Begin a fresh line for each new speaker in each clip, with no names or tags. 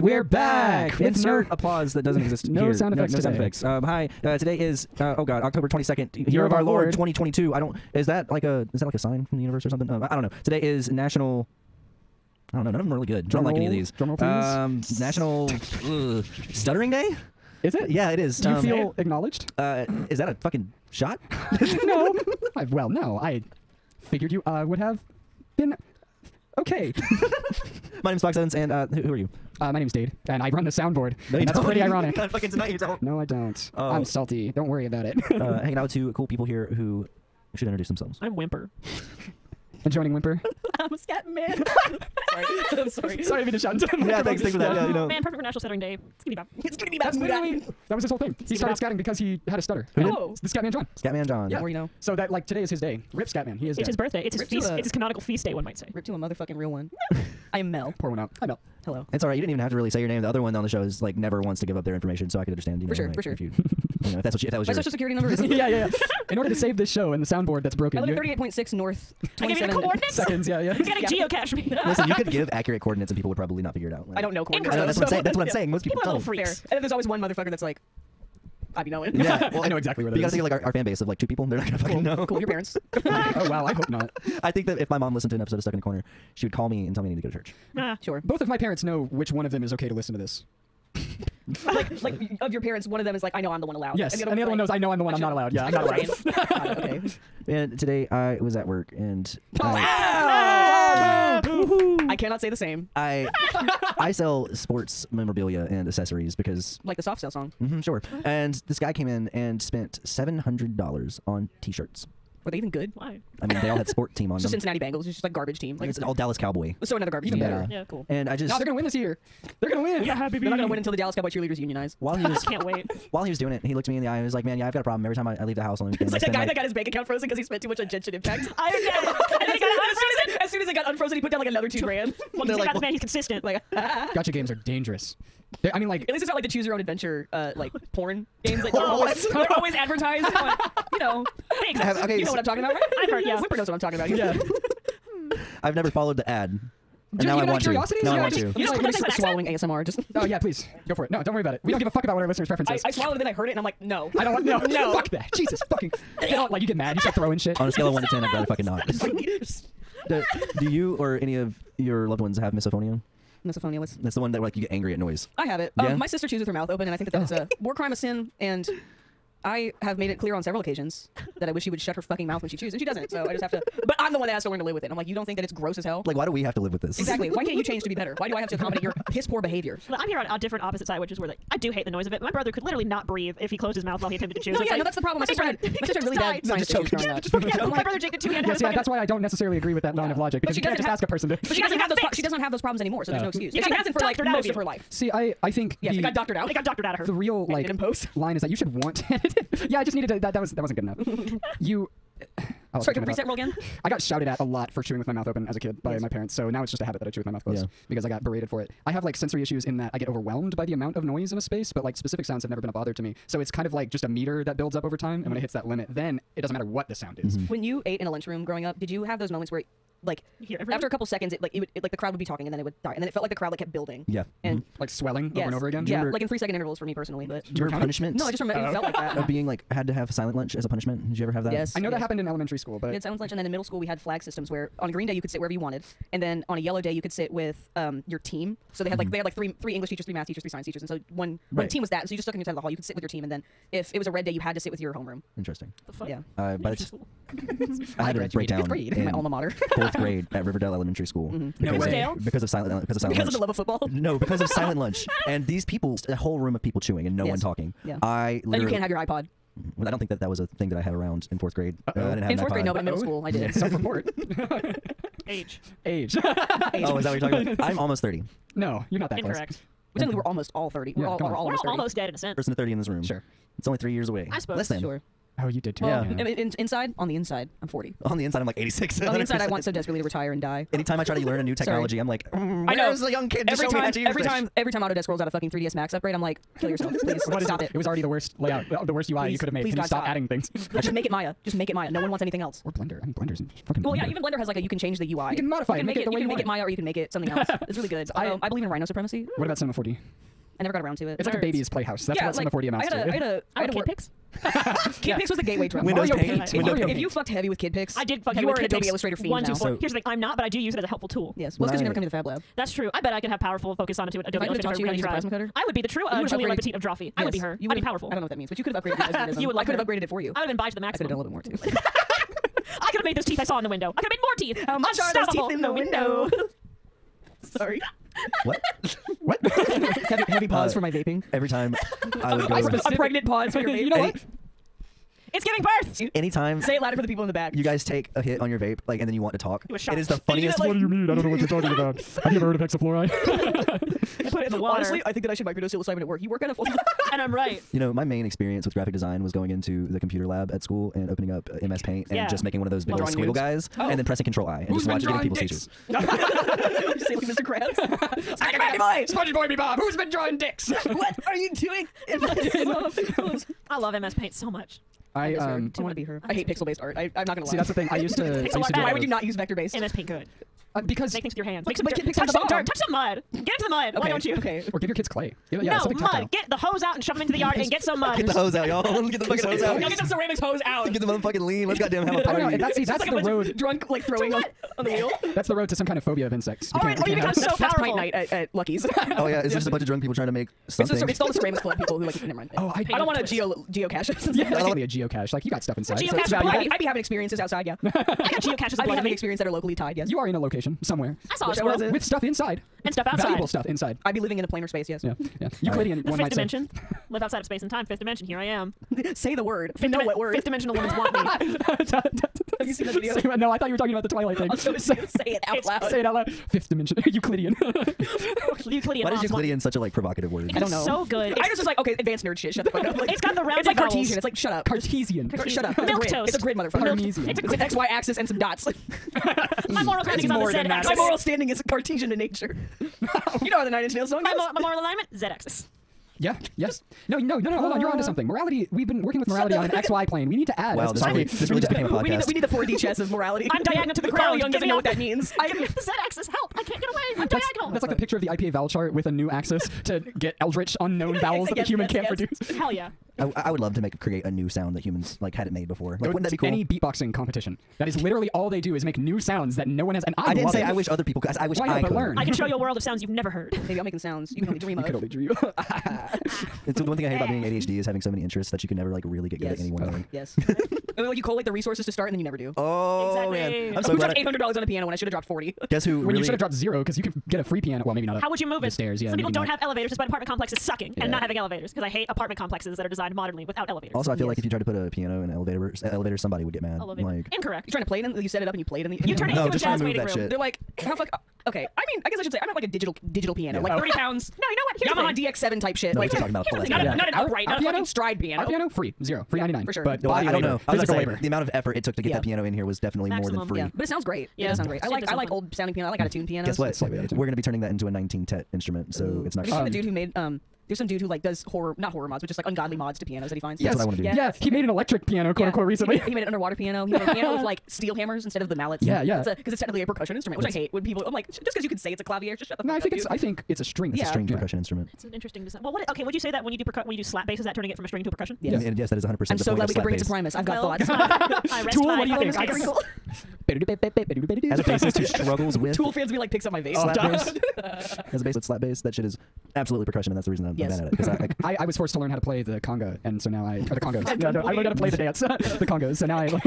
we're back.
With
Insert
no-
applause that doesn't exist.
No
here.
sound
no,
effects
No sound
today.
effects. Um, hi. Uh, today is uh, oh god, October twenty second, year of our Lord, twenty twenty two. I don't. Is that like a is that like a sign from the universe or something? Um, I I don't know. Today is National. I don't know. None of them are really good.
Drum
I don't like any of
roll.
these.
Drum roll, please.
um, National ugh, Stuttering Day.
Is it?
Yeah, it is.
Do you
Um,
feel acknowledged?
Uh, is that a fucking shot?
no. I, well, no. I figured you uh, would have been. Okay.
My name's Fox Evans, and uh, who, who are you?
uh, my name's Dade, and I run the soundboard.
No, you
and that's
don't.
pretty ironic.
Not fucking tonight, you don't.
No, I don't.
Oh.
I'm salty. Don't worry about it.
Uh, hanging out with two cool people here who should introduce themselves.
I'm Whimper.
and joining Whimper.
I'm a scat man. I'm sorry.
Sorry if you just shout into the
Yeah,
microphone.
thanks, thanks for that. Yeah, you know.
Man, perfect for National Stuttering Day. It's gonna be bad. It's gonna be
That's literally that was his whole thing. He
Steve
started
Bab-
scatting because he had a stutter.
Who did? Oh.
the Scatman John.
Scatman John.
Yeah.
Or, you know,
So that like today is his day. Rip Scatman. He is.
It's
dead.
his birthday. It's his
Rip to
feast.
the-
It's his canonical feast day. One might say.
rip to a motherfucking real one. I'm Mel.
Pour one out. I know.
Hello.
It's all right. You didn't even have to really say your name. The other one on the show is like never wants to give up their information, so I could understand. You
For
know,
sure,
like,
for sure.
If you, you know, if that's what you, if that was
My
your.
social security number is
yeah, yeah, yeah. In order to save this show and the soundboard that's
I
broken,
live
you
at 38.6 North.
I gave you
27
the coordinates.
seconds. Yeah, yeah.
He's gonna geocache me.
Listen, you could give accurate coordinates, and people would probably not figure it out.
I don't know coordinates.
I know, that's what I'm saying. That's what I'm
Yeah.
saying. Most people,
People are little
don't.
Fair.
freaks.
And then there's always one motherfucker that's like, I be knowing.
Yeah, well,
I know exactly where
But
that
you gotta
is.
think of, like our, our fan base of like two people. They're not gonna fucking know.
cool. Your parents.
oh wow, I hope not.
I think that if my mom listened to an episode of Stuck in a Corner, she would call me and tell me I need to go to church.
Ah.
Sure.
Both of my parents know which one of them is okay to listen to this.
like, like of your parents, one of them is like, I know I'm the one allowed.
Yes, and the other, one
like,
knows I know I'm the one I'm not allowed. Yeah, I'm not allowed.
God, Uh, okay.
And today I was at work, and I,
Ow!
Ah!
I cannot say the same.
I, I sell sports memorabilia and accessories because
Like the soft sell song.
hmm sure. And this guy came in and spent seven hundred dollars on T-shirts.
Were they even good?
Why?
I mean, they all had sport team on
It's just
them.
Cincinnati Bengals. It's just like garbage team. Like
It's all Dallas Cowboy.
so another garbage
Even
team.
better.
Yeah. Mm. Cool.
And I just
No, Oh, they're gonna win this year. They're gonna win.
Yeah, baby.
They're not gonna win until the Dallas Cowboy cheerleaders unionize.
while he was
Can't wait.
while he was doing it, he looked me in the eye and was like, "Man, yeah, I've got a problem. Every time I, I leave the house on the weekend,
It's
I
like that
spend,
guy that
like-
got his bank account frozen because he spent too much on Genshin Impact.
I don't know.
And then he got- as, soon as, as soon as it got unfrozen, he put down like another two grand.
Well,
They're
he's
like,
like, man, he's consistent.
like, at
Gotcha games are dangerous. They're, I mean, like,
least it's not like the choose your own adventure, uh, like porn games.
Oh,
Like, they're, always,
What?
they're always advertised. on, you know,
Thanks.
Have- okay,
you know
so-
what I'm talking about, right?
I've heard, yeah.
Whipper knows what I'm talking about.
yeah.
I've never followed the ad. And
Just
now I
even out of
want to.
curiosity,
Now I
yeah,
want
just-
to.
You know,
Just
I'm
like
just
that
swallowing ASMR. Just
Oh yeah, please go for it. No, don't worry about it. We don't give a fuck about what our listeners'
I,
preferences.
I swallowed it, then I heard it, and I'm like, no,
I don't want no.
no.
Fuck that. Jesus fucking. Get out, like you get mad. You start throwing shit.
On a scale of one to ten, I'd rather fucking not. do, do you or any of your loved ones have misophonia?
Misophonia. What's
That's the one that like you get angry at noise.
I have it.
Yeah?
Um, my sister chews with her mouth open, and I think that that is a war crime, a sin, and I have made it clear on several occasions that I wish she would shut her fucking mouth when she chews, and she doesn't. So I just have to. But I'm the one that has to learn to live with it. I'm like, you don't think that it's gross as hell?
Like, why do we have to live with this?
exactly. Why can't you change to be better? Why do I have to accommodate your piss poor behavior?
But I'm here on a different opposite side, which is where like I do hate the noise of it. My brother could literally not breathe if he closed his mouth while he attempted to chew.
No,
So it's
yeah,
like-
no, that's the problem. My
Like,
sister had,
he
my
just
sister had really
died.
bad Oh science issues growing up.
Yeah, my brother Jake did too. He had
Yeah,
to
see,
fucking-
that's why I don't necessarily agree with that line of logic because
she
you can't
doesn't
just
have-
ask a person to.
But she doesn't have those. pro- She doesn't have those problems anymore, so there's
No.
no excuse.
You
And she
got
hasn't for like
doctored out of
most
you.
of her life.
See, I I think
Yeah,
the,
she got doctored out.
It got doctored out of her.
the real
Like,
like
in post.
line is that you should want. it. yeah, I just needed to, that. That was that wasn't good enough. you. I was
Sorry,
thinking
can we
about-
reset roll again?
I got shouted at a lot for chewing with my mouth open as a kid by my parents, so now it's just a habit that I chew with my mouth closed
Yeah.
because I got berated for it. I have like sensory issues in that I get overwhelmed by the amount of noise in a space, but like specific sounds have never been a bother to me. So it's kind of like just a meter that builds up over time, and
Mm-hmm.
when it hits that limit, then it doesn't matter what the sound is.
Mm-hmm.
When you ate in a lunchroom growing up, did you have those moments where, like,
You hear everyone?
after a couple seconds, it like it, would, it like the crowd would be talking and then it would die, and then it felt like the crowd like kept building.
Yeah. Mm-hmm.
And
Like swelling
yes,
over and over again.
Yeah,
remember-
like in three second intervals for me personally, but
Do you remember punishment?
no, I just remember
Oh.
it felt like that.
of being like had to have silent lunch as a punishment. Did you ever have that?
Yes.
I know that
Yes.
happened in elementary school, but
We had silent lunch, and then in middle school we had flag systems where on a green day you could sit wherever you wanted, and then on a yellow day you could sit with um, your team. So they had like they had like three three English teachers, three math teachers, three science teachers, and so one one
Mm-hmm. Right.
team was that. And so you just stuck on your side of the hall. You could sit with your team, and then if it was a red day, you had to sit with your homeroom.
Interesting.
The fuck?
Yeah,
Uh, but it's,
School.
I had a
graduated fifth
breakdown
grade.
in
my alma mater. Mm-hmm.
fourth grade at Riverdale Elementary School.
No
because,
way.
Of, because of silent because of silent
because
lunch.
of the love of football.
no, because of silent lunch, and these people, a whole room of people chewing and no one
Yes.
talking.
Yeah.
I literally,
And you can't have your iPod.
I don't think that that was a thing that I had around in fourth grade. Uh, I
Uh-oh.
didn't have
In
an
fourth grade,
iPod.
no, but in middle
Uh-oh.
school I did.
self-report
Age.
age.
Oh, is that what you're talking about? I'm almost thirty.
no, you're not that
Incorrect.
We technically were almost all 30. We
Yeah,
all,
come
we're
on.
all
We're
almost
all
30.
almost dead in a sense.
Person of thirty in this room.
Sure.
It's only three years away.
I suppose.
Less than.
Sure.
Oh, you did too.
Well,
Yeah.
I mean, in- inside, on the inside, I'm 40.
On the inside, I'm like 86.
On the inside, I want so desperately to retire and die.
Anytime I try to learn a new technology, I'm like, mm,
I know.
where's the young kid to
every
show me
time,
how to use
every
this?"
time, every time Autodesk rolls out a fucking 3ds Max upgrade, I'm like, kill yourself, please,
What is
stop
it?
it.
It was already the worst layout, uh, the worst UI you
Please-
could have made.
please
Can you
God,
stop
stop.
adding things?
Just make it Maya. Just make it Maya. No one wants anything else.
or Blender. I mean, Blender's in fucking.
Well, yeah,
Blender.
even Blender has like a you can change the UI.
You can modify it,
You can
make
make
it the
it, you
way
can
you
make
want
it
it.
Maya or you can make it something else. It's really good.
I-
Although, I, believe in Rhino Supremacy.
What about Cinema 4D?
I never got around to it.
It's like a
Nerds.
baby's playhouse. That's
yeah,
what
like,
Cinema 4D amounts
I had a,
to.
I had a, I
I don't
had a
kid
work-
picks.
Kid Pix was the gateway drug.
Windows
Mario Paint.
Paint. Windows
Mario
If
Paint.
you fucked heavy with Kid Pix,
I did fucking.
You
with
are an
Kid
Adobe
Picks.
Illustrator fiend
One, two,
now.
four.
So-
Here's the thing. I'm not, but I do use it as a helpful tool.
Yes, well, because you never
Right.
come to the Fab Lab.
That's true. I bet I could have powerful focus on it to an Adobe
I could've
Illustrator
taught you how to use
if
a
I really
Prismacolor,
tried. I would be the true
you
uh,
would've
Julia
upgraded-
Petit of Drawfee. I would be
Yes,
her.
you
I'd be
would've-
powerful.
I don't know what that means, but you could have upgraded. your lesbianism.
You would
I
like
could have
her.
upgraded it for you.
I would have been to the
I could
maximum.
have done a little bit more too.
I could have made those teeth I saw in the window. I could have made more teeth.
How much are those
Unstoppable.
teeth in the window? Sorry.
What?
What?
heavy, heavy pause
Uh,
for my vaping.
Every time I would
I
go.
a pregnant pause for your vape.
You know
Any,
what?
It's giving birth.
anytime
Say it louder for the people in the back.
you guys take a hit on your vape, like, and then you want to talk,
You were
it is
shocked.
the
And you
funniest.
like- What do you
mean? I don't know what you're talking about. Have you ever heard of hexafluoride?
I put it in the water.
Honestly, I think that I should microdose psilocybin at work. You work on a full.
and I'm right.
You know, my main experience with graphic design was going into the computer lab at school and opening up uh, MS Paint and
Yeah.
just making one of those big old
Drawing
squiggle
nudes.
guys
Oh.
and then pressing Control I and just watching it in people's seizures.
Say like Mr. Krabs.
SpongeBob boy! SpongeBob Boy Bob! Who's been drawing dicks?
what are you doing? in my-
I love MS Paint so much.
I
Miss her.
um.
I want to be her. I hate pixel-based art. I, I'm not gonna lie.
See, that's the thing. I used to. I used
Takes
to
a lot
do
back.
a
Why
lot
would you
of-
not use vector-based?
MS Paint good.
Uh, because
Make things with your hands.
Look,
Make some
somebody
dirt.
kicks
Touch some
on the bottom.
dirt. Touch some mud. Get into the mud. Why
Okay,
don't you?
Okay.
or give your kids clay. Yeah, yeah,
no
something tactile.
mud. Get the hose out and shove them into the yard and get some mud.
Get the hose out, y'all. Get the fucking hose
Y'all
out.
get
Get
some ceramics hose out.
the motherfucking lean. Let's goddamn have a
I don't know,
party.
and that's, see, that's
It's like a
the
bunch of
road.
drunk, like throwing on, on the wheel.
That's the road to some kind of phobia of insects. You
Or
can't-
it- or
you
you
can't have
become
it.
so
That's pint
powerful.
night at, at Lucky's.
Oh yeah, it's just a bunch of drunk people trying to make
It's, the,
something.
cer- it's all the ceramics club people who like. Never mind.
Oh, I-
I don't want to
Twist.
geo geocache.
Yeah, like it'd be a geocache. Like you got stuff inside. so it's
geocache
valuable.
I'd, be, I'd be having experiences outside. Yeah.
I got geocaches
I'd be
above
having
me.
experiences that are locally tied. Yes.
You are in a location somewhere.
I saw a
Which
squirrel
was it?
With stuff inside.
and stuff outside.
Valuable stuff inside.
I'd be living in a planar space. Yes.
Yeah, yeah. Euclidean,
The
one
fifth
might say.
dimension. Live outside of space and time. Fifth dimension. Here I am.
Say the word.
Fifth,
know
dimen-
what word.
fifth dimensional women want me.
Have
you seen that video?
No, I thought you were talking about the Twilight thing.
I'm so
say,
say it out loud.
say it out loud. Fifth dimension. Euclidean.
Euclidean.
Why is
moms want-
Euclidean such a like provocative word?
I don't know.
So good.
I was just like, okay, advanced nerd shit. Shut the fuck up. Like,
It's got the rounded
It's like
vowels.
Cartesian. It's like, shut up.
Cartesian.
Shut up. It's a
Milk
grid.
toast.
It's a grid, motherfucker.
Milk-
Cartesian.
It's a
It's an X, Y axis and some dots.
My moral grounding
It's
is on the
more
Z
than that. My
axis.
moral standing is Cartesian in nature. you know how the Nine Inch Nails song
My,
goes?
mo- my moral alignment, Z axis.
Yeah. Yes. No. No. No. No. Hold on. You're
Uh,
onto something. Morality. We've been working with morality on an X Y plane. We need to add.
Wow,
a
this
society.
really, this really just became a
we, need the,
podcast.
we need the 4D chess of morality.
I'm diagonal to the
Carl
ground.
Jung
Get
doesn't
me
know
out.
what that means.
I the Z axis. Help! I can't get away. I'm
That's,
diagonal.
that's like the picture of the IPA vowel chart with a new axis to get eldritch unknown vowels that the
Yes,
human
yes,
can't
yes.
produce.
Hell yeah.
I, I would love to make create a new sound that humans like hadn't made before. Like,
Go
wouldn't that be
to
cool?
Any beatboxing competition. That is literally all they do is make new sounds that no one has. And I,
I didn't
love
say
it.
I wish other people. could. I wish
Why not,
I
but
could.
learn.
I can show you a world of sounds you've never heard.
Maybe I'm making sounds you can only dream
You
of.
could only dream.
It's the one thing I hate about being ADHD is having so many interests that you can never like really get good
yes.
at any one thing.
Yes. And, like, you collate the resources to start and then you never do.
Oh
Exactly.
man, I'm so
Who
glad.
dropped
I,
$800 on a piano when I should have dropped 40
guess who
when
really?
you should have dropped zero because you can get a free piano. Well, maybe not. Up
How would you move
the
it?
Stairs. Yeah.
Some people
maybe
don't
not.
have elevators. That's why apartment complexes sucking
Yeah.
and not having elevators because I hate apartment complexes that are designed modernly without elevators.
Also, I feel like if you tried to put a piano in an elevator, elevator, somebody would get mad.
Elevator.
Like,
You're
Incorrect.
trying to play it in, you set it up and you play it in the.
You turn it
No,
into a
just
jazz
remove
waiting
that
room.
shit.
They're like, how fuck? Okay, I mean, I guess I should say I meant like a digital digital piano,
Yeah.
like
Oh.
thirty pounds.
No, you know what? Here's the
Yamaha
thing.
DX7 type shit.
No, we're
like,
just talking about
here's the
plastic
thing,
piano.
not, a, not an
Our-
upright,
our
not a fucking
piano-
stride piano.
Our piano free zero free ninety nine.
for sure.
But
no, I,
body
I don't
labor,
know. I was
Physical
gonna say,
labor.
The amount of effort it took to get
Yeah.
that piano in here was definitely more
Maximum,
than free.
Yeah, but it sounds great.
Yeah.
Yeah, it does sound great. I
It
like
does
I
sound
like
fun.
old sounding piano. I like out of tune pianos.
Guess what?
so bad.
We're gonna be turning that into a 19 tet instrument, so it's not.
Have you seen
Um,
the dude who made um? There's some dude who like does horror, not horror mods, but just like ungodly mods to pianos that he finds.
That's what I wanna do.
Yeah. He made an electric piano, quote
Yeah.
unquote,
He
recently.
made, he made an underwater piano. He made a piano with like steel hammers instead of the mallets.
Yeah, yeah.
Because it's technically a percussion instrument, which I hate. When people, I'm like, just because you can say it's a clavier, just shut the fuck
No, I
up,
think it's
dude.
I think it's a string.
It's
Yeah.
a string
Yeah.
percussion instrument.
It's an interesting design. Well, what? Okay, would you say that when you do percu- when you do slap bass, is that turning it from a string to a percussion?
Yeah.
And, and yes, that is 100. percent
I'm so glad we could bring it to Primus. I've got
Well,
thoughts.
I rest
Tool,
my
what do you think?
bonus
I can-
wrinkle.
As a bassist who struggles with
Tool fans be like, picks up my vase.
slap
Stop.
bass, as a bass with slap bass, that shit is absolutely percussion, and that's the reason I'm,
Yes.
I'm bad at it. 'cause I, like,
I, I was forced to learn how to play the conga, and so now I or the congos.
I
no, no, I learned how to play the
don't
dance, the congos. So now I like,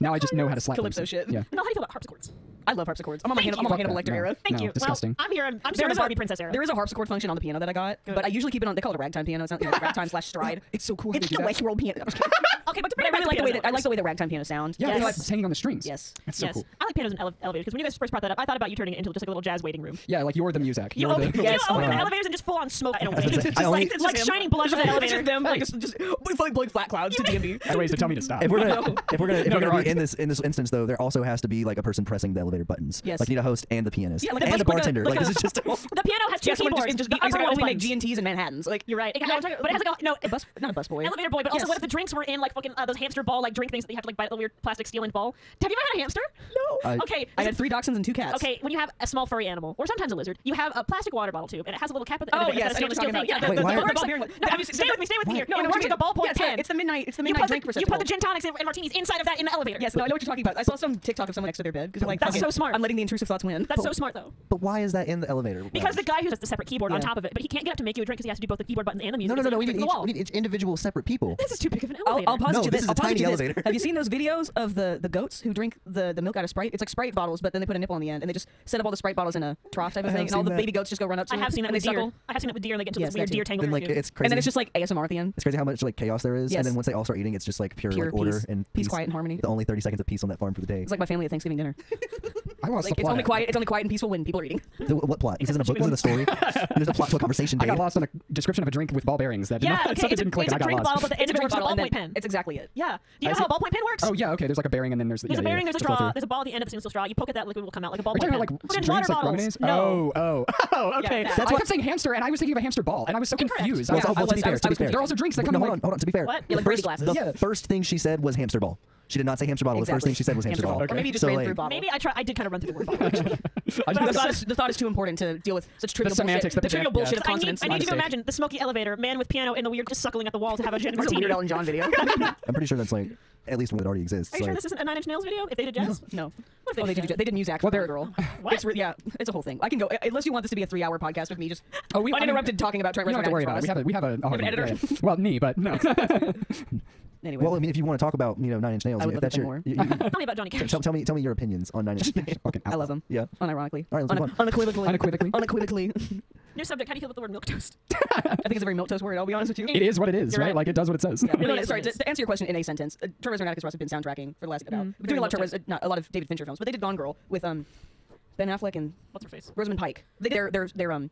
now I just know how to slap them,
Calypso
so-
shit.
Yeah.
No, how do you feel about harpsichords?
I love harpsichords. I'm on my
Thank
Hannibal, I'm on my
you.
Hannibal Lecter
No.
era.
Thank
No,
you.
disgusting.
Well, I'm here. I'm, I'm just in the Barbie princess era.
There is a harpsichord function on the piano that I got,
Good.
but I usually keep it on. They call it a ragtime piano. It's not it's ragtime slash stride.
It's so cool how
It's
they do
the
that.
West World piano.
okay, Okay, but to
But
bring
I
it back
really
to
like the way
piano
that I like
noise.
the way that ragtime pianos sound.
Yeah,
Yes.
it's like it's hanging on the strings.
Yes.
That's so
yes.
cool.
I like pianos in ele- elevators because when you guys first brought that up, I thought about you turning it into just like a little jazz waiting room.
Yeah, like you're the Muzak.
You
You're
open,
the.
you
Yes, oh
open
my
the
God.
elevators and just full on smoke. I don't
That's
wait.
what I'm saying. I only-
like, it's like
him.
shining blood
It's
from the
just- it's
elevator.
just them, like, just, just like, like flat clouds to DMV.
That's ways to tell me to stop.
If we're gonna, if we're gonna, if
No,
we're
there
gonna
aren't.
be in this in this instance though, there also has to be like a person pressing the elevator buttons.
Yes.
Like you need a host and the pianist.
Yeah, like a-
and
like
the
a-
bartender. Like,
like
this is just.
The piano has two
Yes, when
keyboards.
just, just,
the
it's
upper
like,
one
only make
buttons.
G&Ts and Manhattans. Like,
You're right. It- no, I'm talking- but it has like a no.
a bus, not a bus boy.
Elevator boy, but also
Yes.
what if the drinks were in like fucking uh, those hamster ball like drink things that you have to like buy at the weird plastic steel end ball? Have you ever had a hamster? No.
I-
okay.
I
this
had
is-
three dachshunds and two cats.
Okay, when you have a small furry animal, or sometimes a lizard, you have a plastic water bottle tube, and it has a little cap at the
Oh,
end. of it
yes,
that's
I know
a
what you're
steel thing.
talking
Yeah,
about.
the-
Wait,
the-
why
the
are-
works
Beer-
like-
beer-
No,
obviously-
stay with me. Stay with me here.
No,
It
I'm
works like a
joking.
ballpoint
Yeah, it's like-
pen.
it's the midnight- it's the
You
midnight
put
drink
You
receptacle.
put the gin tonics and martinis inside of that in an elevator.
Yes, no, I know what you're talking about. I saw some TikTok of someone next to their bed because like,
That's
fuck
so
it.
smart.
I'm letting the intrusive thoughts win.
That's so smart though.
But why is that in the elevator?
Because the
lounge?
guy who has the separate keyboard on
Yeah.
top of it, but he can't get up to make you a drink because he has to do both the keyboard button and the music.
No, no, no,
It's like
no. We
sticking
need,
to the
each,
wall.
we need each individual separate people.
This is too big of an
I'll,
elevator.
I'll pause
No,
it to
this
this.
is a
I'll pause it
tiny
to this.
elevator.
Have you seen those videos of the, the goats who drink the, the milk out of Sprite? It's like Sprite bottles, but then they put a nipple on the end, and they just set up all the Sprite bottles in a trough type of
I have
thing, and all
seen
the
that.
baby goats just go run up to
I
them,
have seen that
and
with
they
deer.
suckle.
I have seen that with deer, and they get into
Yes,
this
that
weird
too.
deer tangle.
Then like
issue.
it's crazy.
And then it's just like ASMR at the end.
It's crazy how much like chaos there is,
Yes.
and then once they all start eating, it's just like pure,
Pure
like order
peace.
and
Peace, quiet, and harmony.
The only thirty seconds of peace on that farm for the day.
It's like my family at Thanksgiving dinner.
I lost
Like,
the
it's
plot.
only quiet. It's only quiet and peaceful when people are eating.
The- what plot? This isn't a book. This isn't a story. There's a plot to a conversation.
I got
Dave.
lost on a description of a drink with ball bearings. That did
Yeah,
not,
okay,
something
it's a-
didn't click.
it's a
and I got
drink
lost.
bottle, but the- It's a drink bottle and
and
then-
then- It's exactly it.
Yeah. Do you
I
know how a
see-
ballpoint pen works?
Oh yeah, okay. There's like a bearing, and then there's
There's
yeah,
a bearing,
yeah,
there's
to
a
go
straw,
through.
there's a ball at the end of a single straw. You poke at that liquid will come out like a ball.
Are you talking
pen.
about like
Put it in
drinks
water
like
bottles.
lemonades?
No.
Oh, oh, oh. Okay.
Yeah,
That's
that.
why I kept saying hamster, and I was thinking of a hamster ball, and I was so
Incorrect.
confused. I
Well,
was-
well,
I
to be
was-
fair,
I was
to be fair.
confused. There are also drinks that
No,
come in
hold
like
on, hold on. To be fair,
What?
the
Yeah, like pretty
first-
glasses.
The
Yeah.
first thing she said was hamster ball. She did not say hamster bottle. The first
Exactly.
thing she said was hamster,
Hamster
ball.
ball. Or maybe you just
so,
ran
like,
through bottle.
Maybe I try. I did kind of run through the word bottle. actually.
I
the,
just-
thought is, the thought is too important to deal with such trivial
semantics,
bullshit.
the
the trivial
project-
bullshit
yeah.
of
I need,
consonants.
I
My
need you to
mistake.
imagine the smoky elevator, man with piano, and the weird just suckling at the wall to have a gin and
It's a
martini.
Weird Al and John video.
I'm pretty sure that's like at least one that already exists.
Are you
like,
sure this isn't a Nine Inch Nails video? If they did jazz?
no.
What if
Oh,
they
they
did
did.
that?
They did use act.
Well,
for
they're-
girl.
What?
It's re- yeah, it's a whole thing. I can go uh, unless you want this to be a three-hour podcast with me, just
Oh, we- I mean-
uninterrupted talking about Trent.
You don't have to worry about it. We have a we have a oh,
have an
yeah,
editor.
yeah. Well, me, but no.
Anyway,
well, I mean, if you want to talk about you know Nine Inch Nails,
I would
if
love
that's
it
your,
more.
you- you-
Tell me about Johnny Cash.
tell, tell me, tell me your opinions on Nine Inch Nails.
Fucking
I love
outlaw.
them.
Yeah.
Unironically.
All right, let's
Un-
move on.
Unequivocally.
Unequivocally.
Unequivocally.
New subject. How do you feel about the word milk toast?
I think it's a very milquetoast word. I'll be honest with you.
It is what it is,
You're
right?
right.
Like it does what it says.
Yeah, but
It
no,
is,
sorry,
it
to,
is.
to answer your question in a sentence, uh, Trevor Zernaticus Russ have been soundtracking for the last about
Mm,
doing a lot of
very
Trevor's, uh, not, a lot of David Fincher films, but they did Gone Girl with um Ben Affleck and
What's her face?
Rosamund Pike. They, they're they're they're um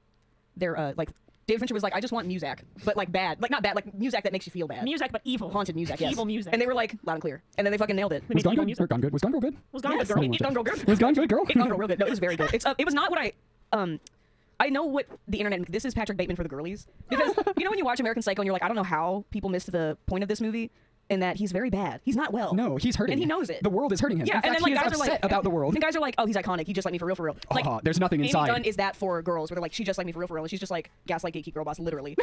they're uh like David Fincher was like I just want Muzak, but like bad, like not bad, like Muzak that makes you feel bad,
Music, but evil.
haunted Muzak, yes.
Evil Muzak.
And they were like loud and clear, and then they fucking nailed it.
They
Was
made
gone
evil
good? Or
music.
gone good? Was gone girl good?
Was Gone Good
Yes,
Girl.
it- it Gone Girl good.
Was gone good girl?
It gone girl real good. No, it was very good. It's uh, it was not what I um. I know what the internet. This is Patrick Bateman for the girlies because you know when you watch American Psycho and you're like, I don't know how people missed the point of this movie, and that he's very bad. He's not well.
No, he's hurting.
And he knows it.
The world is hurting him.
Yeah,
In fact,
and then like
he is
guys are
upset
like
about the world.
And guys are like, oh, he's iconic. He just like me for real, for real. Like,
Oh, there's nothing
Amy
inside.
Dunn is that for girls? Where they're like, she just like me for real, for real. And she's just like gaslight geeky girl boss, literally.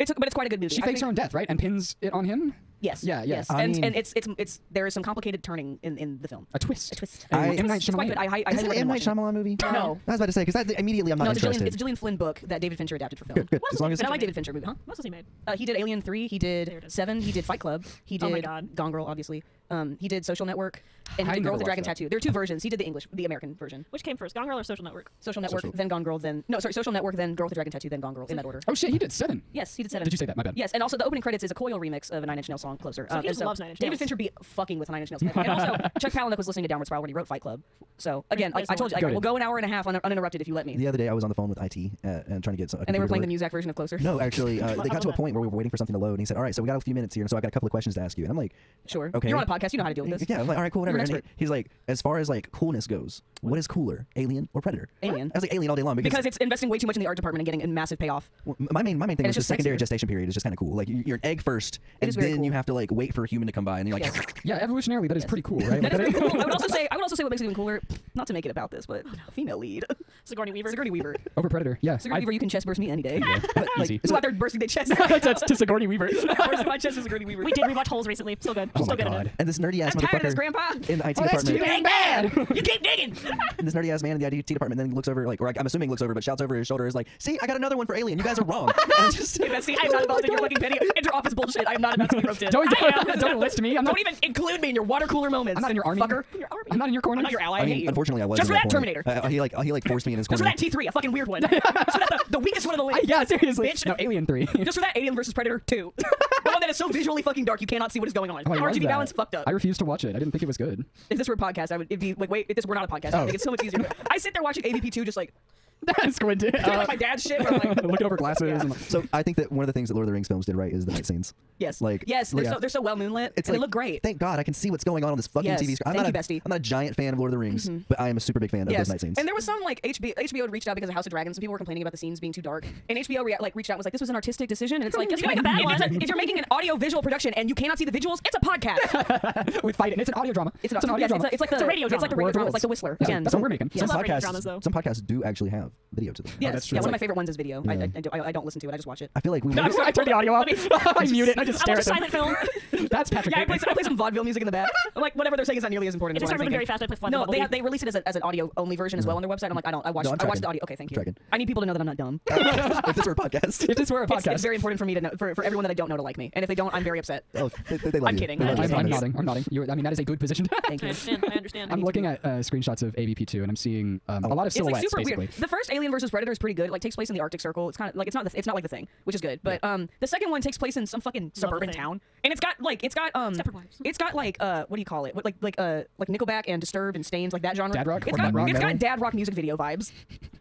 it's but it's quite a good movie.
She
I
fakes
think-
her own death, right? And pins it on him?
Yes.
Yeah, yeah.
yes.
I
and
mean-
and it's it's it's there is some complicated turning in in the film.
A twist.
A twist.
A
I-
M. Night
It's
Shyamalan.
quite good. I, I, I
Is it
highly
an M Night
recommend watching
Shyamalan movie?
No.
I was about to say because immediately I'm not
it. No, it's a, Gillian,
interested.
it's a Gillian Flynn book that David Fincher adapted for film.
Good, good.
What
As long
was
as
But I like
Fincher
David Fincher movie, huh?
What else has he made?
Uh, he did Alien Three. He
There it
did
is.
Seven. He did Fight Club. He
Oh my
did
God.
Gone Girl, obviously. Um, he did Social Network, and he
I never
did Girl with
watched
the Dragon
that.
Tattoo. There are two versions. He did the English, the American version.
Which came first, Gone Girl or Social Network?
Social Network,
Social-
then Gone Girl, then no, sorry, Social Network, then Girl with the Dragon Tattoo, then Gone Girl, in that order.
Oh shit, he did seven.
Yes, he did seven.
Did you say that? My bad.
Yes, and also the opening credits is a Coil remix of a Nine Inch Nails song, Closer.
So
Um,
he
and
just loves Nine Inch
David
Nails.
Fincher be fucking with Nine Inch Nails. and also, Chuck Palahniuk was listening to Downward Spiral when he wrote Fight Club. So again, like I told you, like,
Good.
we'll go an hour and a half un- uninterrupted if you let me.
the other day I was on the phone with IT uh, and trying to get some.
and they were playing the Muzak version of Closer.
No, actually, uh, they got to a
that.
point where we were waiting for something to load, and he said, "All right, so we got a few minutes here, and so I got a couple of questions to ask you." And I'm like,
Sure.
Okay.
You're on a podcast. You know how to deal with this.
Yeah, I'm like, all right, cool,
You're an
whatever. And
expert.
he- he's like, as far as like coolness goes, what is cooler, Alien or Predator?
Alien.
I was like, Alien all day long because,
Because it's investing way too much in the art department and getting a massive payoff.
well, my main my main thing
and
was
it's
the
just
secondary
sexier.
gestation period is just kind of cool. Like you- you're an egg first, and
is very
then
cool.
you have to like wait for a human to come by, and you're like,
Yes.
Yeah, evolutionarily that is pretty cool, right? Like,
That is pretty
that-
cool. I would also say I would also say what makes it even cooler, not to make it about this, but
Oh,
a female lead.
Sigourney Weaver.
Sigourney Weaver.
Over Predator. Yeah. I-
Sigourney Weaver, you can chest burst me any day.
but, like,
Easy.
Who's out there bursting their chest?
That's to Sigourney Weaver.
bursting my chest is Sigourney Weaver.
We did rewatch Holes recently. Still good.
Oh my
Still good. at
god.
it.
And this nerdy ass
I'm
motherfucker
tired of this, Grandpa.
in the IT
Oh, that's
department.
too dang bad.
you keep digging.
And this nerdy ass man in the IT department then looks over, like, or I, I'm assuming looks over, but shouts over his shoulder, is like, "See, I got another one for Alien. You guys are wrong." And it's just-
Hey, Betsy, I'm not involved in your fucking video. Interoffice bullshit. I am not about to be roped in.
Don't-
I am.
don't list me. I'm not-
don't even include me in your water cooler moments.
I'm not in your army.
Fucker. Your army.
I'm not in your corner.
I'm not your ally.
I
I hate
mean,
you.
unfortunately, I was.
Just for
at
that
point.
Terminator.
Uh, he like uh, he like forced me in his
Just
corner.
for that T3, a fucking weird one. Just for that, the, the weakest one of the
I-
list.
yeah, seriously.
Bitch.
No, Alien 3.
Just for that, Alien versus Predator 2. the one that is so visually fucking dark, you cannot see what is going on.
Oh, I love
RGB
that.
balance fucked up.
I refuse to watch it. I didn't think it was good.
if this were a podcast, I would it'd be like, wait, if this were not a podcast,
Oh.
I think it's so much easier. I sit there watching AVP 2 just like,
That's going to.
doing, like my dad's shit. Where I'm like,
looking over glasses.
Yeah.
And like,
So I think that one of the things that Lord of the Rings films did right is the night scenes.
yes,
Like
yes, they're
like-
so they're so well moonlit.
It's like,
and they look great.
Thank God I can see what's going on on this fucking
Yes.
TV screen. I'm not
Thank you,
a,
bestie. Mm-hmm.
I'm not a giant fan of Lord of the Rings, but I am a super big fan of those night scenes.
And there was some like HBO, HBO reached out because of House of Dragons. Some people were complaining about the scenes being too dark, and HBO rea- like reached out and was like, "This was an artistic decision." And it's like, guess
You
what?
make a bad
if, it's
one.
a- if you're making an audio visual production and you cannot see the visuals, it's a podcast.
we fight it. and It's an audio drama.
It's an, audio.
audio
Yes,
drama.
it's, a, it's like the
It's a radio
It's like the
drama.
radio
War of the
drama. It's like the
Worlds.
Whistler
Yeah,
again.
that's what we're making.
Yeah.
some
I love rating
podcasts,
dramas, though.
some podcasts do actually have video to them.
Yes,
that's true.
yeah. One of my
Like-
favorite ones is video. I, I, I, do, I, I don't listen to it. I just watch it.
I feel like we.
No, I'm sorry, I turned the audio off. I mute it. and I just
I
stare at
watch a silent
them.
film.
That's Patrick.
Yeah, I play,
Bateman.
some, I play some vaudeville music in the back. I'm like, whatever they're saying is not nearly as important.
It
as
just
what I was
started moving very
thinking.
fast. I play fun.
No, they, they release it as, a, as an audio only version as well on their website. I'm like, I don't. I watch.
No, I'm
I watch the
tracking.
audio. Okay, thank you.
Tracking.
I need people to know that I'm not dumb.
if this were a podcast.
If this were a
It's, it's
podcast,
very important for me to know for, for everyone that I don't know to like me. And if they don't, I'm very upset.
Oh, they, they they love
I'm
you.
kidding.
They
I'm
love you.
I'm, I'm
Promise.
nodding. I'm nodding. You, I mean, that is a good position.
Thank
I
you.
understand. I understand.
I'm looking at uh, screenshots of AVP2, and I'm seeing um, a lot of
Oh. It's like
silhouettes,
super
basically.
weird. The first Alien versus Predator is pretty good. Like takes place in the Arctic Circle. It's kind of like it's not the, it's not like the thing, which is good. But um, the second one takes place in some fucking suburban
Thing.
town, and it's got like it's got um,
Stepford Wives.
it's got like uh, what do you call it? What, like like uh, like Nickelback and Disturbed and Stains, like that genre.
Dad rock
It's
or
got
dad rock
it's got
metal?
dad rock music video vibes.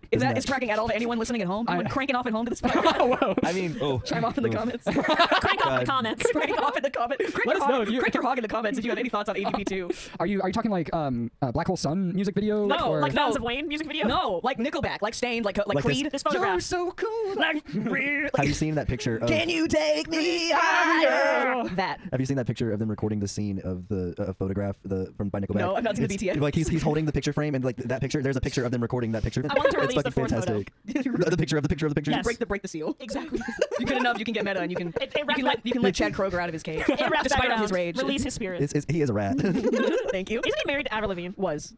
If that
that-
is tracking at all to anyone listening at home,
I-
anyone cranking off at home to this podcast,
Whoa.
I mean, oh,
chime off in the
oh.
comments.
Crank off
God.
the comments.
crank off in the comments. Crank,
Let
your
us know
hog-
if you-
crank your hog in the comments if you have any thoughts on AVP two.
Are you are you talking like um, uh, Black Hole Sun music video?
No,
or...
Like
No.
Vows of Wayne music video.
No, like Nickelback, like Stained, like uh, like,
Like this-
Creed.
This photograph.
You're so cool. Like,
Have you seen that picture? Of,
Can you take me higher? That.
Have you seen that picture of them recording the scene of the uh, photograph the from by Nickelback?
No, I've not seen the
It's-
BTS.
Like he's he's holding the picture frame and like that picture. There's a picture of them recording that picture.
I want to
it's
release
fucking
the fourth photo.
fantastic. the the picture of the picture of the picture.
Yes.
Break the break the seal.
Exactly.
You good enough, you can get meta and you can
It- it
you
wrapped
can
back-
let you can let Chad Kroger out of his cage.
It wraps back
despite of
around.
his rage.
Release his spirit.
It's, it's, he is a rat.
Thank you.
Isn't he married to Avril Lavigne?
Was.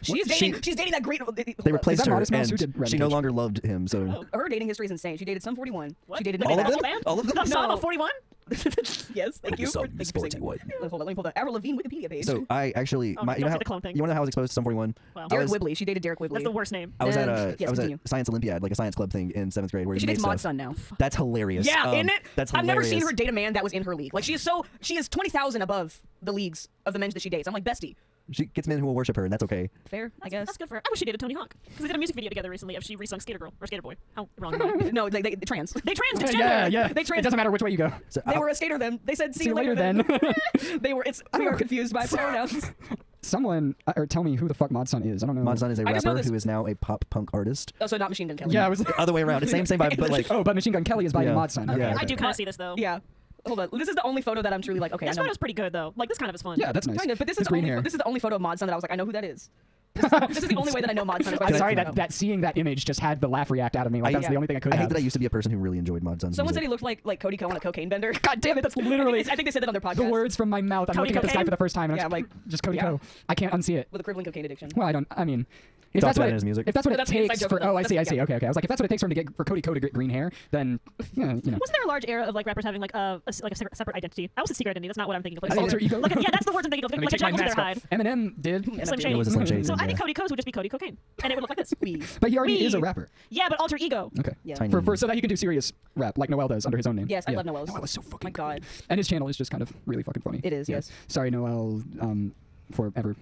She's
She-
dating she's dating that great
they replaced
that
her,
Modest Mouse? Who
and
did Rampage?
she no longer loved him. So
Oh.
her dating history is insane. She dated some 41.
What?
She dated
All of
Nickelback.
them? All of them?
The song
No.
of 41?
yes, thank you.
This
for-
song
thank
is
you for saying
41.
that. Hold on, let me pull the Avril Lavigne Wikipedia page.
so I actually
Oh,
my, you know
don't
how
say the clone thing.
you know how I was exposed to some 41.
Wow.
I
Derek
was,
Whibley. She dated Derek Whibley.
That's the worst name.
I was at
Um,
a
yes,
I was
continue.
at science Olympiad, like a science club thing in seventh grade where
She
we made
dates Mod
stuff.
Sun now.
That's hilarious.
Yeah,
um,
isn't it?
That's
I've never
hilarious.
seen her date a man that was in her league. Like she is so she is twenty thousand above the leagues of the men that she dates. I'm like bestie,
She gets men who will worship her, and that's okay.
fair, I guess.
That's good for her. I wish she dated Tony Hawk. Because they did a music video together recently of she resung Skater Girl or Skater Boy. How wrong. am I?
no, they, they trans.
they transgender.
yeah, yeah.
They trans-
It doesn't matter which way you go.
So
They
I-
were a skater then. They said see, you later, then. they were. It's we are confused by pronouns.
Someone uh, or tell me who the fuck Mod Sun is. I don't know.
Monzon is a
I just know
rapper
this-
who is now a pop punk artist.
Oh, so not Machine Gun Kelly.
Yeah, I was.
Other way around. It's same same vibe, but like
oh, but Machine Gun Kelly is by
Yeah.
Mod Sun. Okay.
Yeah.
I do kind of see this though.
yeah. Hold on. This is the only photo that I'm truly like. Okay,
This
I know.
photo's pretty good though. Like this kind of is fun.
Yeah, that's nice.
Kind of, but this
His
is the
green
only,
hair.
this is the only photo of Mod Sun that I was like, I know who that is. This is, this is the only way that I know Mod Sun. is by
I'm
this
sorry
photo.
that, that seeing that image just had the laugh react out of me. Like
I-
that's the
Yeah.
only thing I could
I hate
have.
that I used to be a person who really enjoyed Monzon's
Someone
music.
said he looked like like Cody Cohen on a cocaine bender. God
Damn it, that's
I
literally
think, they, I think they said that on their podcast.
the words from my mouth. I'm
Cody
looking at this guy
Cocaine?
for the first time, and
Yeah,
I'm just,
like-
just Cody
yeah.
Co. I can't unsee it.
with a crippling cocaine addiction.
Well, I don't. I mean, if
talks
that's
about
what
it in his music.
if that's what
No,
it
that's the inside
takes
joke
for.
of the-
Oh, I
that's-
see, I
yeah.
see. Okay, okay. I was like, if that's what it takes for him to get for Cody Co to get green hair, then yeah, you know.
Wasn't there a large era of like rappers having like a, a se- like a separate, separate identity? I was a secret identity. That's not what I'm thinking of. Like,
An alter ego?
Like, yeah, that's the words I'm thinking of. Like,
Let me
like a
take my mask
Jack Hide.
off. Eminem did.
Slim
It
Shady.
was a Slim Shady
So
thing,
I
yeah.
think Cody Co's would just be Cody Cocaine, and it would look like this.
But he already is a
Me.
rapper.
yeah, but alter ego.
Okay.
Yeah.
Tiny.
For, for so that he can do serious rap like Noel does under his own name.
Yes, I love Noel's.
Noel is so fucking.
My God.
good. And his channel is just kind of really fucking funny.
It is,
Yeah.
yes.
Sorry, Noel. Um, forever.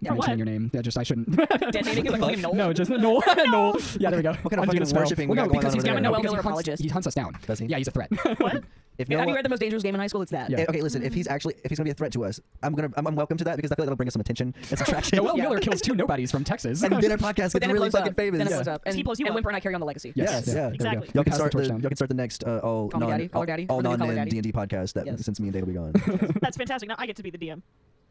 Yeah. For
mentioning
what?
your name. Yeah, just I shouldn't.
Detonating him like fucking Noel.
No, just Noel. Noel. Yeah, there we go.
What kind of
Undo the
fucking
spell.
worshipping we
Well,
got
no,
going
because
on
he's
over
got
there?
a Noel Miller
Because he hunts-
apologist. He hunts us down.
Does he?
Yeah, he's a threat.
What?
if
Have
no
you
one-
read the most dangerous game in high school? It's that.
Yeah.
Eh, okay, listen. If he's actually if he's gonna be a threat to us, I'm gonna I'm, I'm welcome to that because I feel like that'll bring us some attention and some traction.
Noel
Yeah.
Miller kills two nobodies from Texas.
and then our podcast
But
gets
then
really
it blows
fucking
up.
famous.
Then it
yeah.
blows up. And,
He blows you
and
up.
Whimper and I carry on the legacy.
Yes.
Yes, yeah, there we go.
Exactly.
Y'all can
Pass the
start
torch
the,
down.
y'all can start the next uh, all
Call me
non
daddy, call
all,
her daddy,
all
or let me
non
call her daddy.
D and D podcast that
Yes.
since me and Dave will be gone.
That's fantastic. Now I get to be the DM.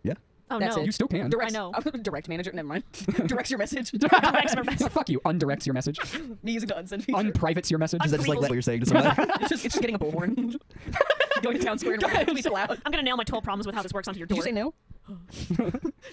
yeah.
Oh
That's
no.
it.
You still can.
Directs,
I know.
direct manager. Never mind. Directs your message.
Directs my message.
Fuck you. Undirects your message.
Me using the unsend feature.
Unprivates your message.
Is that just like
Unbelievable.
what you're saying to somebody?
it's, just, it's just getting a bullhorn. going to town square and wearing tweets aloud.
I'm gonna nail my 12 problems with how this works onto your
Did
door.
you say no?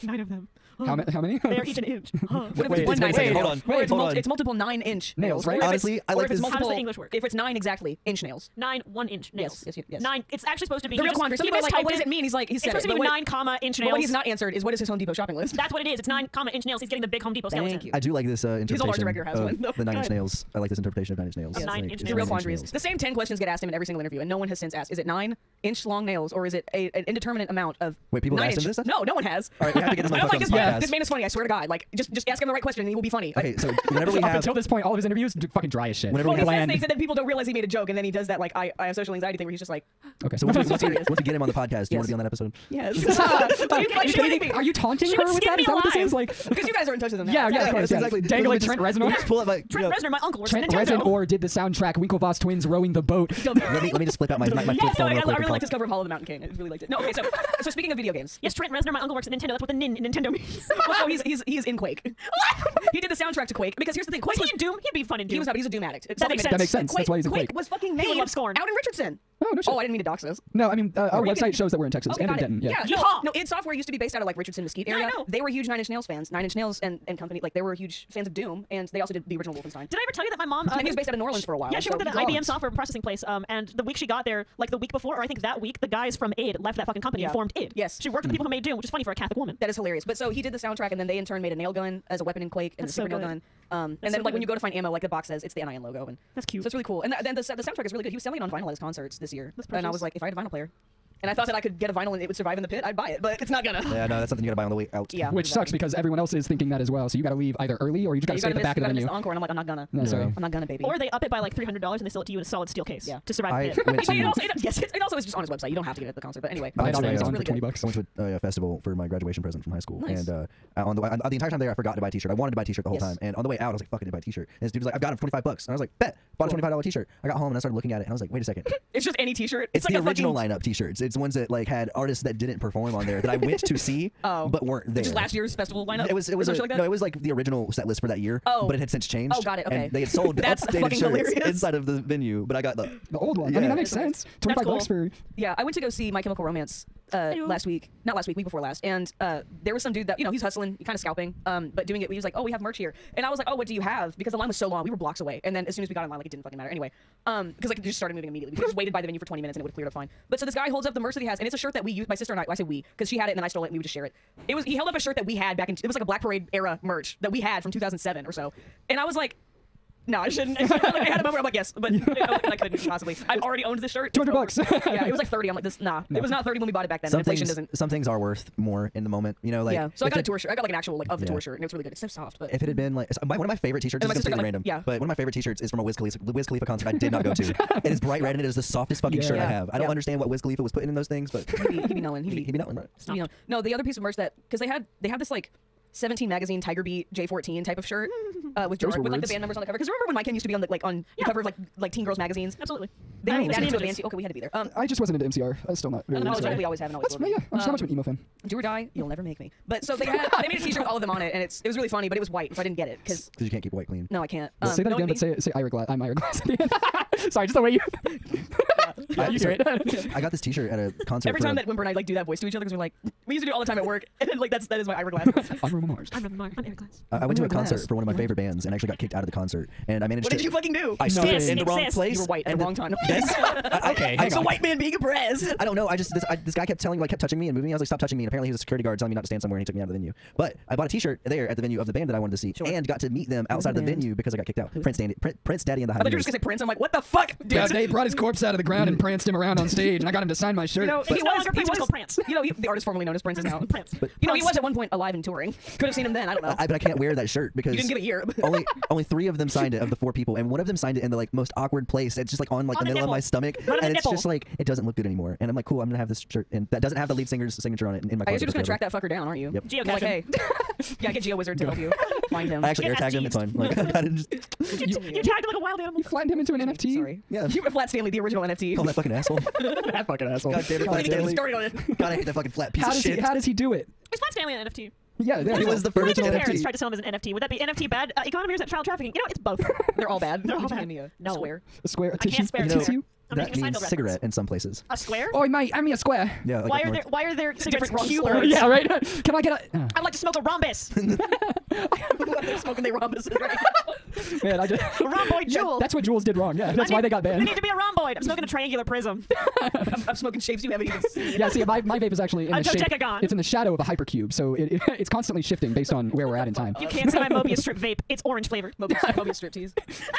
Nine of them.
How, ma- how many?
They're each an inch. Oh, Huh.
What if
Wait,
it's
wait,
one nine
wait,
inch
hold
nails?
on,
Or
wait,
it's,
hold
mul-
on.
it's multiple nine inch
Nails,
Or
right?
if it's-
Honestly, I
or
like
if it's
this- How does the
multiple-
English work?
If it's nine exactly, inch nails.
Nine one inch nails.
yes, yes, yes.
Nine. It's actually supposed to be.
The
he
real
just- he
quandary. Some people are like, oh,
mistyped
what does it
it
mean? He's like, he
It's
said
supposed
it,
to be
but what-
nine comma inch
But
nails.
what he's not answered is what is his Home Depot shopping list?
That's what it is. It's nine comma inch nails. He's getting the big Home Depot
Thank
skeleton.
you.
I do like this uh,
He's a large
interpretation
regular
of
has one, though.
the Nine Inch
God.
Nails. I like this interpretation of Nine Inch Nails.
Of
It's
Nine
like-
Inch
it's
The real
Nails.
Nine Inch
quandaries.
Nails.
The same 10 questions get asked him in every single interview, and no one has since asked, is it nine inch long nails, or is it a, an indeterminate amount of
Wait, people have
nine
asked him
inch?
this then?
No, no one has.
All right, we have to get this
I don't
motherfucker on
like
this
this
Yeah.
man.
podcast.
This man is funny, I swear to God. Like, just, just ask him the right question, and he will be funny.
Okay, so whenever we
Up
have
until this point, all of his interviews d- fucking dry as shit.
Whenever
Well,
we
he
have-
says things, and then people don't realize he made a joke, and then he does that, like, I, I have social anxiety thing, where he's just like,
okay.
So once we, once, we, once we get him on the podcast, do you want to
Yes.
be on that episode?
yes. Are you- are you kidding me?
Are you taunting
She
her
would
with
skin
that?
me
Is that what this
alive.
is? Like,
Because you guys are in touch with him. now.
Yeah,
It's
yeah,
not
of
like-
course. exactly. Dangling
Just-
Trent Reznor.
Just pull up like,
Trent
you know,
Reznor, my uncle, works
Trent
at Nintendo.
Reznor did the soundtrack Winklevoss Twins Rowing the Boat.
Let me let me just flip out my my, my flip
Yes, no,
phone
I, I
real quick.
really
and
like
call-
this cover of Hollow the Mountain King. I really liked it. No, okay, so so speaking of video games,
Yes, Trent Reznor, my uncle works at Nintendo. That's what the nin in Nintendo means.
well, no, he's he's he's in Quake. he did the soundtrack to Quake because here's the thing: Quake
Was
was
he in Doom? He'd be fun in Doom.
he was not. He's a Doom addict. It-
That makes
something-
sense. That makes
sense. That's why he's in
Quake
Quake.
was fucking
He would
named
love Scorn.
Out in Richardson.
Oh, no shit.
I didn't mean to dox this.
No, I mean uh, our
Or you
website
can-
shows that we're in Texas
Okay,
and in
got it.
Denton.
Yeah,
Yeah.
no,
Yeehaw.
no, id Software used to be based out of like Richardson, Mesquite
I
area.
know.
They were huge Nine Inch Nails fans. Nine Inch Nails and, and company, like they were huge fans of Doom, and they also did the original Wolfenstein.
Did I ever tell you that my mom? uh,
And he was based out of New Orleans for a while,
Yeah, she
so
worked at
he
an IBM
logged.
software processing place. Um, and the week she got there, like the week before, or I think that week, the guys from ID left that fucking company
Yeah.
and formed ID.
Yes.
She worked with the people who made Doom, which is funny for a Catholic woman.
That is hilarious. But so he did the soundtrack, and then they in turn made a nail gun as a weapon in Quake, and
That's
a super
so
nail gun.
good.
Um, and
That's
then
so
like when
good.
you go to find ammo, like the box says, it's the NIN logo, and
That's cute.
So it's really cool. And th- then the, the soundtrack is really good. He was selling it on vinyl at his concerts this year,
That's
and I
precious.
was like, if I had a vinyl player, and I thought that I could get a vinyl and it would survive in the pit, I'd buy it. But it's not gonna.
Yeah, no, that's something you gotta buy on the way out.
Yeah.
Which sucks because everyone else is thinking that as well. So you got to leave either early or you just got to
you
stay at
gotta
the
miss,
back
you
of the
gotta miss
menu.
the encore, and I'm like, I'm not gonna.
No, sorry.
I'm not gonna, baby.
Or they up it by like three hundred dollars and they sell it to you in a solid steel case
Yeah.
to survive
I
the
went to-
bid.
But it also, it, yes, it, it also is just on his website. You don't have to get it at the concert, but anyway.
Buy it
went
on
to a,
Amazon for
um,
really
twenty
good.
bucks.
I went to a, uh, festival for my graduation present from high school, and
Nice.
uh, uh, on the way- on, the entire time there, I forgot to buy a T-shirt. I wanted to buy a T-shirt the whole
Yes.
time, and on the way out, I was like, "Fucking buy a T-shirt." And this dude was like, "I've got it for twenty-five bucks," and I was like, "Bet." Bought a twenty-five dollar T-shirt. I got home and I started looking at it, and I was like, "Wait a second,
It's just any T-shirt.
it's,
like
the
a
original
fucking,
lineup T-shirts. It's ones that like had artists that didn't perform on there that I went to see,
Oh.
but weren't there."
Just last year's festival lineup.
It was it
or
was
something
a,
like that?
no, it was like the original set list for that year.
Oh.
but it had since changed.
Oh, got it, okay.
And they had sold
That's
updated
fucking
shirts
hilarious.
inside of the venue, but I got the
The old one. I mean,
Yeah.
that makes sense. Twenty five
That's
bucks for.
Yeah, I went to go see My Chemical Romance uh,
Ayo.
last week. Not last week, week before last. And uh, there was some dude that, you know, he's hustling, kind of scalping, um, but doing it. He was like, oh, we have merch here. And I was like, oh, what do you have? Because the line was so long. We were blocks away. And then as soon as we got in line, like, it didn't fucking matter. Anyway, because, like, it just started moving immediately. We just waited by the venue for 20 minutes and it would have cleared up fine. But so this guy holds up the merch that he has, and it's a shirt that we used, my sister and I, I said we, because she had it and then I stole it and we would just share it. It was, he held up a shirt that we had back in, it was like a Black Parade era merch that we had from 2007 or so. And I was like, no, I shouldn't. I had a moment where I'm like, yes, but I, I couldn't possibly. I've already owned the shirt. It's
200
over.
bucks.
yeah, it was like 30. I'm like, this, nah. It was not 30 when we bought it back then.
some
and inflation
things.
doesn't.
Some things are worth more in the moment, you know. Like
yeah. So I
if
got a
it-
tour shirt. I got like an actual like of the
Yeah.
tour shirt, and it was really good. It's so soft, but
If it had been like so my, one of my favorite T-shirts,
And
is
my sister
completely
got, like-
random.
yeah.
But one of my favorite T-shirts is from a Wiz Khalifa, the Wiz Khalifa concert I did not go to. it is bright red and it is the softest fucking shirt I
Yeah.
have. I don't
Yeah.
understand what Wiz Khalifa was putting in those things, but
he be, he be knowing. He
he
be,
be, he be knowing, right?
you know, no, the other piece of merch that because they had they had this like 17 magazine Tiger Beat J14 type of shirt uh, with
Those
Gerard,
were
with like the
words.
band numbers on the cover. Because remember when my Ken used to be on the like on the
Yeah.
cover of like like teen girls magazines?
Absolutely.
They
I
made
mean,
that
it's
into a
images.
band. Okay, we had to be there. Um,
I just wasn't into MCR. I'm still not really.
no,
into
it's
it.
we always have and always
That's
will be.
yeah. I'm so much of
Um,
an emo fan.
Do or die, you'll never make me. But so they had they made a T-shirt with all of them on it, and it's it was really funny, but it was white, so I didn't get it because
Because you can't keep white clean.
no, I can't.
say that
Um, no,
again,
me-
but say say Ira Glass. I'm Ira Glass. at the end. Sorry, just the way you.
I,
you
so-
hear it.
I got this T-shirt at a concert.
Every
for
time
a-
that Whimper and I like do that voice to each other, because we're like, we used to do it all the time at work, and then like that's that is my Ira Glass.
I'm Roman Mars.
I'm Robin Marr. I'm Eric Glass.
I I went to
Oh,
a concert
yes.
for one of my favorite bands and actually got kicked out of the concert. And I managed
What
to.
did you fucking do?
I
You
stood
Exist,
in the wrong
exist.
place.
were white at
and
the wrong time.
Yes. okay.
It's a white man being oppressed.
I don't know. I just this, I, this guy kept telling like kept touching me and moving. me. I was like, stop touching me. And apparently he was a security guard telling me not to stand somewhere. and He took me out of the venue. But I bought a T-shirt there at the venue of the band that I wanted to see,
Sure.
and got to meet them outside of the
band?
venue because I got kicked out. Prince Dandy, Prince, Prince Daddy and the
I thought you were
Hyenas.
just gonna say Prince. I'm like, what the fuck, dude?
Yeah, they brought his corpse out of the ground and pranced him around on stage, and I got him to sign my shirt.
you know,
But-
he
No
was,
longer
he
Prince, it's
was
called Prince.
You know, he, the artist formerly known as Prince is now
Prince.
You know, he
Prince.
was at one point alive and touring. Could have seen him then. I don't know.
I, but I can't wear that shirt because
didn't give a year.
only only three of them signed it of the four people, and one of them signed it in the like most awkward place. It's just like on like
On
the
the
middle of my
nipple.
stomach,
Right on the
and it's
nipple.
just like it doesn't look good anymore. And I'm like, cool, I'm gonna have this shirt, and that doesn't have the lead singer's signature on it. In, in my
I guess you're
closet
just gonna
or
track that fucker down, aren't you?
Yep.
You're Like, hey, yeah, get Geo Wizard to help you find him.
whatever. I actually
Get
air tagged him. It's fine.
SG'd.
Like I didn't just
You, you tagged like a wild animal.
you flattened him into an NFT.
Sorry.
Yeah.
You were Flat Stanley, the original NFT.
call that fucking asshole. God
that fucking asshole.
damn it,
Don't
Flat
even get me
Stanley.
started on it.
God, I hate that fucking flat piece
How
of
does
shit.
he? How does he do it?
It's Flat Stanley an NFT.
Yeah, there
He
you go.
was the
What
first
if his
original
parents
NFT.
tried to sell him as an NFT? Would that be NFT bad? Uh, economy or is that child trafficking? You know, it's both.
They're all bad.
They're all
Would you
bad.
give me a
No.
square?
a square a
I
tissue.
can't spare
You know-
two. I'm
that
making a Seinfeld
means
reference.
cigarette in some places.
A square?
Oh, mate, I mean a square.
Yeah. Like
Uh, why
up
are there
north.
why are there cigarettes
different
cute
wrong
words?
slurs.
yeah, right. Can I get a?
I'd like to smoke a rhombus.
They're smoking their rhombuses right now.
man, I just.
Rhomboid
Yeah,
jewel.
that's what Jules did wrong. Yeah, that's
I
why
need-
they got
I
banned.
need to be a rhomboid. I'm smoking a triangular prism.
I'm, I'm smoking shapes you haven't even seen.
Yeah, see, my, my vape is actually in
A
the shape.
dodecagon.
It's in the shadow of a hypercube, so it, it, it's constantly shifting based on where we're at in time.
You can't see my Mobius strip vape. It's orange flavored.
Mobius, Mobius striptease.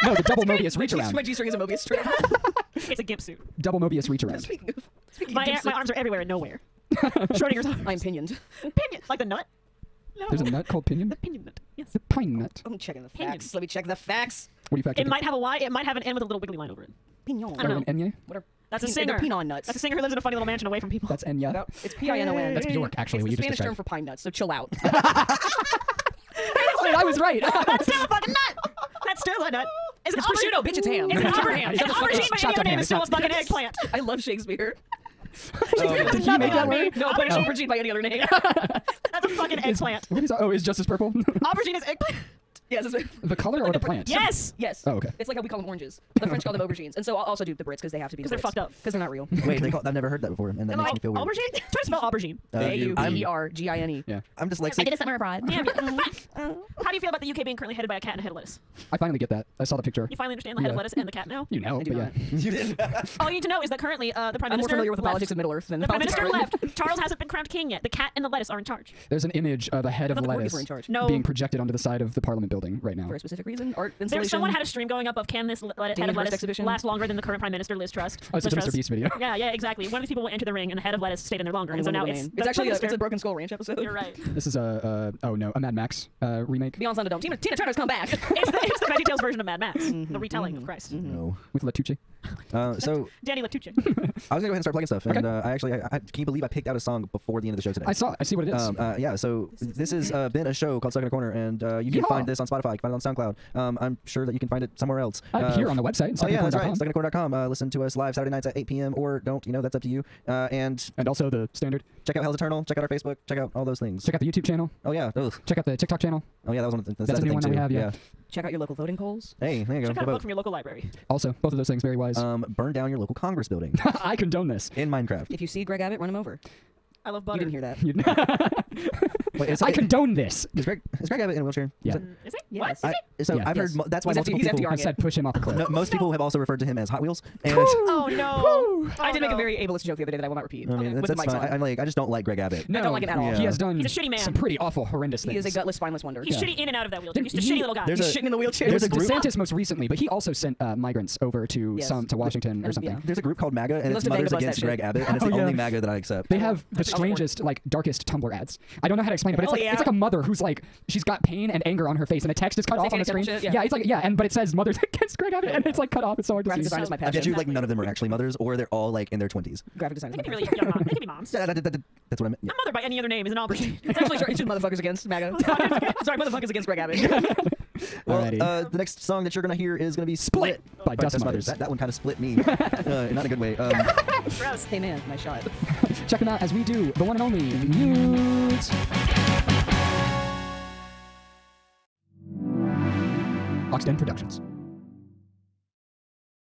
No, the double Mobius reach
My
around.
G-string is a Mobius strip.
It's a gimp suit.
Double Mobius reach around.
speaking of, speaking
My, uh,
of gimps,
my arms are everywhere and nowhere. Schrodinger's arms.
I'm pinioned.
Pinion. Like the nut? No.
There's a nut called pinion.
The pinion nut. Yes.
The pine nut.
I'm checking the
Pinioned.
facts. Let me check the facts.
What do you factor?
It might have a Y. It might have an N with a little wiggly line over it.
Pinion.
I don't know.
an Enya?
What are,
That's a
pin-
singer.
They're pinon nuts.
That's a singer who lives in a funny little mansion away from people.
E That's E Enya.
it's P-I-N-O-N.
That's Bjork, actually,
It's
what
the
you just
Spanish term
described.
for pine nuts, so chill out.
Wait, Oh, I was right.
That's still a fucking nut. That's still a nut. It's,
It's
auber-
prosciutto, bitch, it's ham.
It's an
Shut
auber-
the fuck
it's
up.
aubergine, but
Shut the
any other name
fuck
is still a
up.
fucking eggplant.
I love Shakespeare.
Oh,
Did
he make that
word?
No, but it's aubergine by any other name.
That's a fucking eggplant.
What is that? Oh, is Justice purple?
Aubergine is eggplant.
yes, it's,
the color or the plant?
Yes.
yes.
Oh, okay.
It's like how we call them oranges. The French call them aubergines, and so I'll also do the Brits because they have to be.
'Cause they're fucked up.
Because they're not real.
Wait, they call, I've never heard that before, and that
Am I-
makes me feel weird.
Aubergine? Try to spell aubergine.
Uh,
A U
I'm,
B E R G I N E.
Yeah.
I'm dyslexic.
a summer abroad.
Damn you. How do you feel about the UK being currently headed by a cat and a head of lettuce?
I finally get that. I saw the picture.
You finally understand the head of
Yeah.
lettuce and the cat now?
You know,
I
but
do
yeah.
not.
You didn't.
All you need to know is that currently uh, the Prime
I'm more
Minister
familiar with the
left.
politics of Middle Earth than the
The Prime
politics
Minister
of Britain.
left. Charles hasn't been crowned king yet. The cat and the lettuce are in charge.
There's an image of a head of
Not the Courtneys
lettuce
were in charge.
No.
being projected onto the side of the Parliament building right now.
for a specific reason. Art installation.
There, someone had a stream going up of can this le- let- head
Damien
of
Hirst
lettuce
exhibition?
last longer than the current Prime Minister, Liz Truss.
Oh, it's just
Liz
a Mr.
Truss.
Beast video.
Yeah, yeah, exactly. One of these people will enter the ring and the head of lettuce stayed in there longer.
on
And so
Wonder
now
Woman.
it's,
it's actually a, it's a
broken.
Broken Skull Ranch episode.
You're right.
This is a, a oh no, a Mad Max uh, remake
Beyond Thunderdome. Tina, Tina Turner's come back.
It's the, it's the VeggieTales version of Mad Max,
Mm-hmm,
the retelling of Christ.
No.
with Latucci.
Uh, so
Danny Latucci.
I was gonna go ahead and start playing stuff, and uh, I actually, I, I, can you believe I picked out a song before the end of the show today?
I saw. I see what it is.
Um, uh, yeah, so this has uh, been a show called Stuck in a Corner, and uh, you can
Yeehaw.
find this on Spotify, you can find it on SoundCloud. Um, I'm sure that you can find it somewhere else.
Uh, here on the website,
Oh, yeah, that's right.
stuckinacorner.com.
Stuckinacorner.com. Uh, listen to us live Saturday nights at 8 p.m. or don't, you know, that's up to you. Uh, and
and also the standard.
check out Hell's Eternal, check out our Facebook, check out all those things.
Check out the YouTube channel.
oh, yeah. Ugh.
Check out the TikTok channel.
Oh, yeah, that was one of the things.
That's a
the
new
thing
one that we
too.
have, yeah.
Check out your local voting polls.
Hey, there you go.
Check out
Go
a book
vote.
from your local library.
Also, both of those things very wise.
Um, burn down your local Congress building
I condone this.
in Minecraft.
If you see Greg Abbott, run him over.
I love butter.
You didn't hear that.
You-
Wait, it's,
I
it-
condone this.
Is Greg, is Greg Abbott in a wheelchair?
Yeah.
Is it-
Um, Is it?
Yes.
What?
Is
I, so
Yeah.
I've
Yes.
heard. Mo- that's why
He's
multiple
FD- he's
people.
FDR.
I said push him off a cliff.
No, most people have also referred to him as Hot Wheels. And
Oh no!
I did
Oh,
make a
no.
very ableist joke the other day that I will not repeat.
I mean, that's,
With the
that's
mics
fine.
on.
I, am like, I just don't like Greg Abbott.
No,
don't like it at all.
He
Yeah.
has done
He's a shitty man.
some pretty awful, horrendous
he
things.
is a gutless, spineless wonder.
He's
He's
shitty in and out of that wheelchair.
Didn't
He's just a
he-
shitty little guy.
There's a-
shitting in the wheelchair.
There's
There's
a group-
DeSantis most recently, but he also sent uh, migrants over to
Yes.
some to Washington or
Yeah.
something.
There's a group called MAGA, and
He
it's
loves to
Mothers
bang the bus
Against
section.
Greg Abbott, and it's the
Oh, yeah.
only MAGA that I accept.
They have the
That's awful.
strangest, like darkest Tumblr ads. I don't know how to explain it, but it's
Oh,
like
yeah.
it's like a mother who's like she's got pain and anger on her face, and a text is cut off on the
Satanic
screen.
shit, yeah.
it's like yeah, and but it says "Mothers Against Greg Abbott," and it's like cut off. It's so hard to
Graphic
see.
design is my
I
passion.
bet you like none of them are actually mothers, or they're all like in their twenties.
Graphic design
They
is
can
my
be
passion.
really young mom. They can be moms.
That's what I meant. Yeah.
A mother by any other name is an aubergine.
It's actually sure, it's just motherfuckers against MAGA. Sorry, motherfuckers against Greg Abbott.
Well,
Alrighty.
uh, the next song that you're gonna hear is gonna be "Split"
by Dust Mothers.
That, that one kind of split me, uh, not in a good way. Um,
Gross.
hey man, nice shot.
Check them out as we do the one and only Mute. Oxden Productions.